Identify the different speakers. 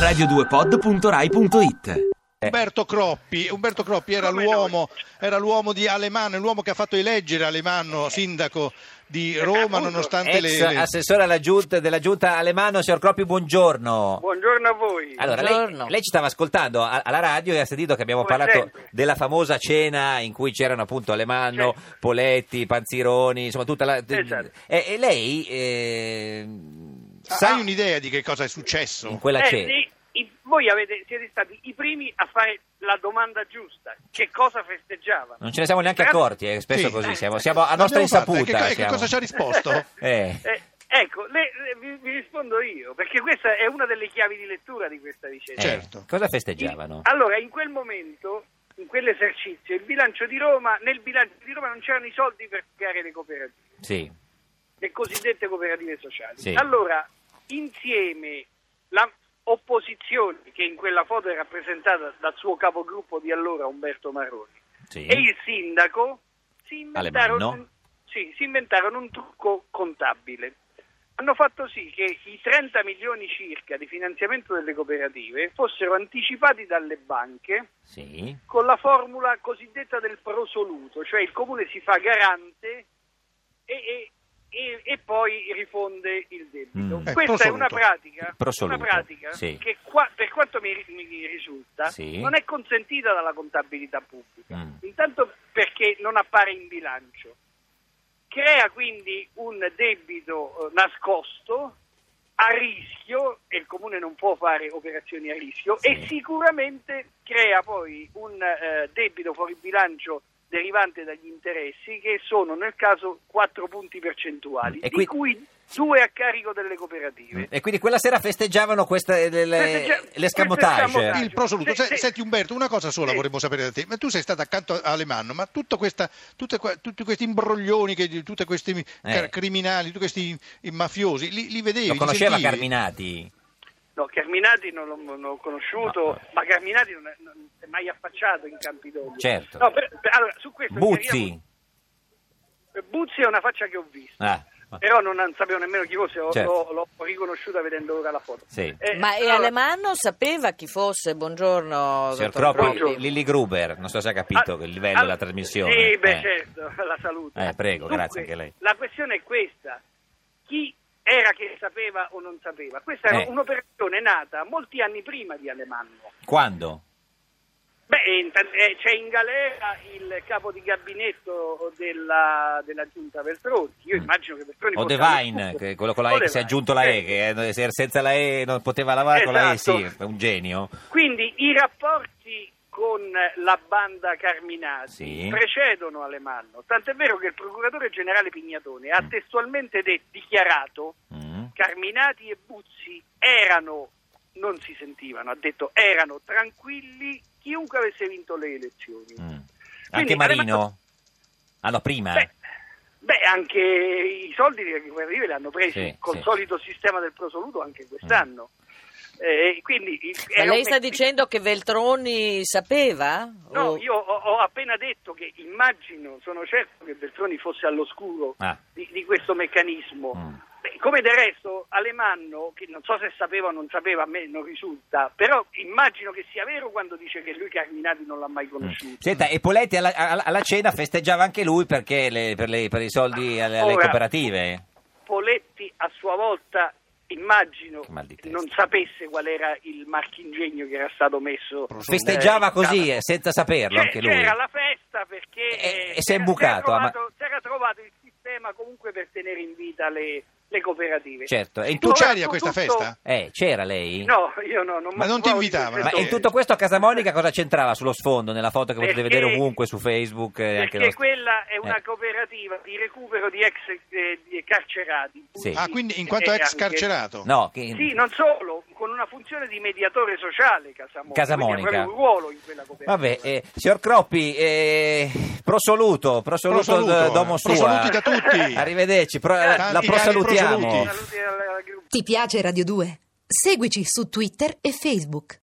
Speaker 1: radio2pod.rai.it
Speaker 2: Eh.
Speaker 3: Umberto Croppi, Umberto Croppi era, l'uomo, era l'uomo di Alemanno, è l'uomo che ha fatto eleggere Alemanno sindaco di
Speaker 4: Eh,
Speaker 3: Roma nonostante le...
Speaker 2: Ex
Speaker 3: le-
Speaker 2: assessore alla giunta, della giunta Alemano, signor Croppi, buongiorno.
Speaker 4: Buongiorno a voi.
Speaker 2: Allora,
Speaker 5: Buongiorno.
Speaker 2: lei, lei ci stava ascoltando a- alla radio e ha sentito che abbiamo
Speaker 4: Come
Speaker 2: parlato
Speaker 4: sempre.
Speaker 2: della famosa cena in cui c'erano appunto Alemanno, Poletti, Panzironi, insomma tutta la...
Speaker 3: Eh,
Speaker 4: Esatto.
Speaker 3: certo.
Speaker 2: E, e lei eh, sa
Speaker 3: Sai un'idea di che cosa è
Speaker 2: in
Speaker 3: successo?
Speaker 2: quella
Speaker 4: Eh,
Speaker 2: cena...
Speaker 4: sì, i- voi avete- siete stati i primi a fare la domanda giusta. Che cosa festeggiava?
Speaker 2: Non ce ne siamo neanche
Speaker 4: Grazie.
Speaker 2: accorti, eh, spesso
Speaker 3: Sì.
Speaker 2: così, siamo, siamo a nostra
Speaker 3: L'abbiamo fatta,
Speaker 2: insaputa.
Speaker 3: e eh, Che, e che
Speaker 2: siamo.
Speaker 3: cosa ci ha risposto?
Speaker 2: Eh.
Speaker 4: Eh, ecco, le- le- vi, vi rispondo io, perché questa è una delle chiavi di lettura di questa
Speaker 2: Eh,
Speaker 4: vicenda.
Speaker 3: Certo.
Speaker 2: Cosa
Speaker 4: Il-
Speaker 2: festeggiavano?
Speaker 4: allora, in quel momento, in quell'esercizio, il bilancio di Roma, nel bilancio di Roma non c'erano i soldi per creare le cooperative.
Speaker 2: Sì,
Speaker 4: le cosiddette cooperative sociali.
Speaker 2: Sì.
Speaker 4: Allora, insieme l'opposizione, che in quella foto è rappresentata dal suo capogruppo di allora, Umberto Marroni,
Speaker 2: sì.
Speaker 4: e il sindaco, si
Speaker 2: Alemanno.
Speaker 4: inventarono, sì, si inventarono un trucco contabile. Hanno fatto sì che i 30 milioni circa di finanziamento delle cooperative fossero anticipati dalle banche
Speaker 2: sì.
Speaker 4: con la formula cosiddetta del prosoluto, cioè il comune si fa garante e, e- e- e poi rifonde il debito.
Speaker 2: Mm.
Speaker 3: Eh,
Speaker 4: Questa è
Speaker 3: prosoluto.
Speaker 4: una pratica,
Speaker 2: Prosoluto,
Speaker 4: una pratica
Speaker 2: sì.
Speaker 4: che qua- per quanto mi, mi risulta
Speaker 2: Sì.
Speaker 4: non è consentita dalla contabilità pubblica,
Speaker 2: Mm.
Speaker 4: intanto perché non appare in bilancio. Crea quindi un debito eh, nascosto a rischio, e il comune non può fare operazioni a rischio,
Speaker 2: Sì.
Speaker 4: e sicuramente crea poi un eh, debito fuori bilancio derivante dagli interessi che sono nel caso 4 punti percentuali,
Speaker 2: Mm, e
Speaker 4: di
Speaker 2: qui- Mm.
Speaker 4: cui due a carico delle cooperative.
Speaker 2: E quindi quella sera festeggiavano questa, le,
Speaker 4: Festeggia-
Speaker 2: le,
Speaker 4: questo
Speaker 2: l'escamotage.
Speaker 4: escamotage.
Speaker 3: Il prosoluto.
Speaker 4: Sì,
Speaker 3: Se-
Speaker 4: sì.
Speaker 3: Senti Umberto, una cosa sola
Speaker 4: Sì.
Speaker 3: vorremmo sapere da te. Ma tu sei stato accanto a Alemanno, ma tutto questa, tutte que- tutti questi imbroglioni, che, tutti questi car- criminali, tutti questi i mafiosi, li, li vedevi?
Speaker 2: Eh. Lo
Speaker 3: li
Speaker 2: conosceva
Speaker 3: sentivi?
Speaker 2: Carminati?
Speaker 4: No, Carminati non l'ho, non l'ho conosciuto,
Speaker 2: No.
Speaker 4: ma Carminati non è, non è mai affacciato in Campidoglio.
Speaker 2: Certo.
Speaker 4: No, per- per- allora, su questo
Speaker 2: Buzzi?
Speaker 4: chiariamo- Buzzi è una faccia che ho visto.
Speaker 2: Ah,
Speaker 4: Però non, non sapevo nemmeno chi fosse, ho-
Speaker 2: Certo.
Speaker 4: l'ho, l'ho riconosciuta vedendo ora la foto.
Speaker 2: Sì.
Speaker 4: Eh,
Speaker 5: Ma e
Speaker 4: allora,
Speaker 5: Alemanno sapeva chi fosse? Buongiorno,
Speaker 2: signor
Speaker 5: dottor
Speaker 2: Croppi,
Speaker 4: Buongiorno.
Speaker 2: Lilli Gruber, non so se ha capito
Speaker 4: ah,
Speaker 2: il livello
Speaker 4: ah,
Speaker 2: della trasmissione.
Speaker 4: Sì, beh,
Speaker 2: Eh.
Speaker 4: certo, la saluto.
Speaker 2: Eh, prego,
Speaker 4: Dunque,
Speaker 2: grazie anche lei.
Speaker 4: La questione è questa. Chi era che sapeva o non sapeva? Questa
Speaker 2: Eh.
Speaker 4: era un'operazione nata molti anni prima di Alemanno.
Speaker 2: Quando?
Speaker 4: Beh, intan- eh, c'è in galera il capo di gabinetto della, della giunta Veltroni. Io immagino che Veltroni.
Speaker 2: Mm. O
Speaker 4: possa-
Speaker 2: Devine, che- quello con la E che si è
Speaker 4: O'Devine,
Speaker 2: aggiunto la E,
Speaker 4: eh.
Speaker 2: che eh, se- senza la E non poteva lavorare
Speaker 4: Esatto.
Speaker 2: con la E, sì, è un genio.
Speaker 4: Quindi i rapporti con la banda Carminati
Speaker 2: Sì.
Speaker 4: precedono Alemanno. Tant'è vero che il procuratore generale Pignatone ha testualmente de- dichiarato
Speaker 2: Mm.
Speaker 4: Carminati e Buzzi erano, non si sentivano, ha detto erano tranquilli chiunque avesse vinto le elezioni.
Speaker 2: Mm. Anche
Speaker 4: Quindi,
Speaker 2: Marino?
Speaker 4: Alemanno-
Speaker 2: Ah no, prima?
Speaker 4: Beh, beh, anche i soldi delle cooperative li hanno presi
Speaker 2: Sì,
Speaker 4: col
Speaker 2: sì. Mm.
Speaker 4: solito sistema del prosoluto anche quest'anno. Eh, quindi,
Speaker 5: Ma
Speaker 4: era
Speaker 5: lei
Speaker 4: un-
Speaker 5: sta dicendo che Veltroni sapeva?
Speaker 4: No,
Speaker 2: Oh.
Speaker 5: O-
Speaker 4: io ho, ho appena detto che immagino, sono certo che Beltroni fosse all'oscuro
Speaker 2: Ah.
Speaker 4: di, di questo meccanismo.
Speaker 2: Mm.
Speaker 4: Beh, come del resto Alemanno, che non so se sapeva o non sapeva, a me non risulta, però immagino che sia vero quando dice che lui Carminati non l'ha mai
Speaker 2: Mm.
Speaker 4: conosciuto.
Speaker 2: Senta, e Poletti alla, alla- alla cena festeggiava anche lui perché le- per, le- per i soldi alle, alle
Speaker 4: Ora-
Speaker 2: cooperative?
Speaker 4: Poletti a sua volta immagino
Speaker 2: Che mal di testa.
Speaker 4: non sapesse qual era il marchingegno che era stato messo
Speaker 2: Festeggiava
Speaker 4: Eh,
Speaker 2: così,
Speaker 4: da-
Speaker 2: eh, senza saperlo
Speaker 4: C'è-
Speaker 2: anche lui.
Speaker 4: c'era la festa
Speaker 2: E-
Speaker 4: perché eh,
Speaker 2: e si è
Speaker 4: c'era-
Speaker 2: imbucato, ah,
Speaker 4: c'era
Speaker 2: ma-
Speaker 4: trovato, c'era trovato il sistema comunque per tenere in vita le, le cooperative
Speaker 2: Certo, e in
Speaker 3: Tu
Speaker 2: tutto-
Speaker 3: c'eri a questa
Speaker 4: Soprattutto-
Speaker 3: festa?
Speaker 2: Eh, c'era lei?
Speaker 4: no io no non
Speaker 3: Ma non ti
Speaker 4: m'occupavo di
Speaker 3: invitavano?
Speaker 2: Ma
Speaker 4: queste
Speaker 3: certo.
Speaker 2: in tutto questo a Casa Monica cosa c'entrava sullo sfondo, nella foto che potete
Speaker 4: Perché-
Speaker 2: vedere ovunque su Facebook? eh, anche
Speaker 4: perché
Speaker 2: lo-
Speaker 4: quella è una
Speaker 2: Eh,
Speaker 4: cooperativa di recupero di ex eh, di carcerati
Speaker 2: Sì.
Speaker 3: Ah, quindi in quanto
Speaker 4: E
Speaker 3: ex
Speaker 4: anche-
Speaker 3: carcerato?
Speaker 2: No, che-
Speaker 4: Sì, non solo, con una funzione di mediatore sociale Casamonica.
Speaker 2: Casamonica.
Speaker 4: Quindi ha proprio un ruolo in quella cooperativa.
Speaker 2: Vabbè, eh, signor Croppi, eh, prosoluto, prosoluto,
Speaker 3: Prosoluto,
Speaker 2: d- domo
Speaker 3: eh,
Speaker 2: sua.
Speaker 3: prosoluti da tutti.
Speaker 2: Arrivederci, pro-
Speaker 4: Tanti
Speaker 2: la
Speaker 3: cari
Speaker 2: prosalutiamo.
Speaker 3: prosoluti.
Speaker 4: Saluti alla- alla gruppo.
Speaker 6: Ti piace Radio 2? Seguici su Twitter e Facebook.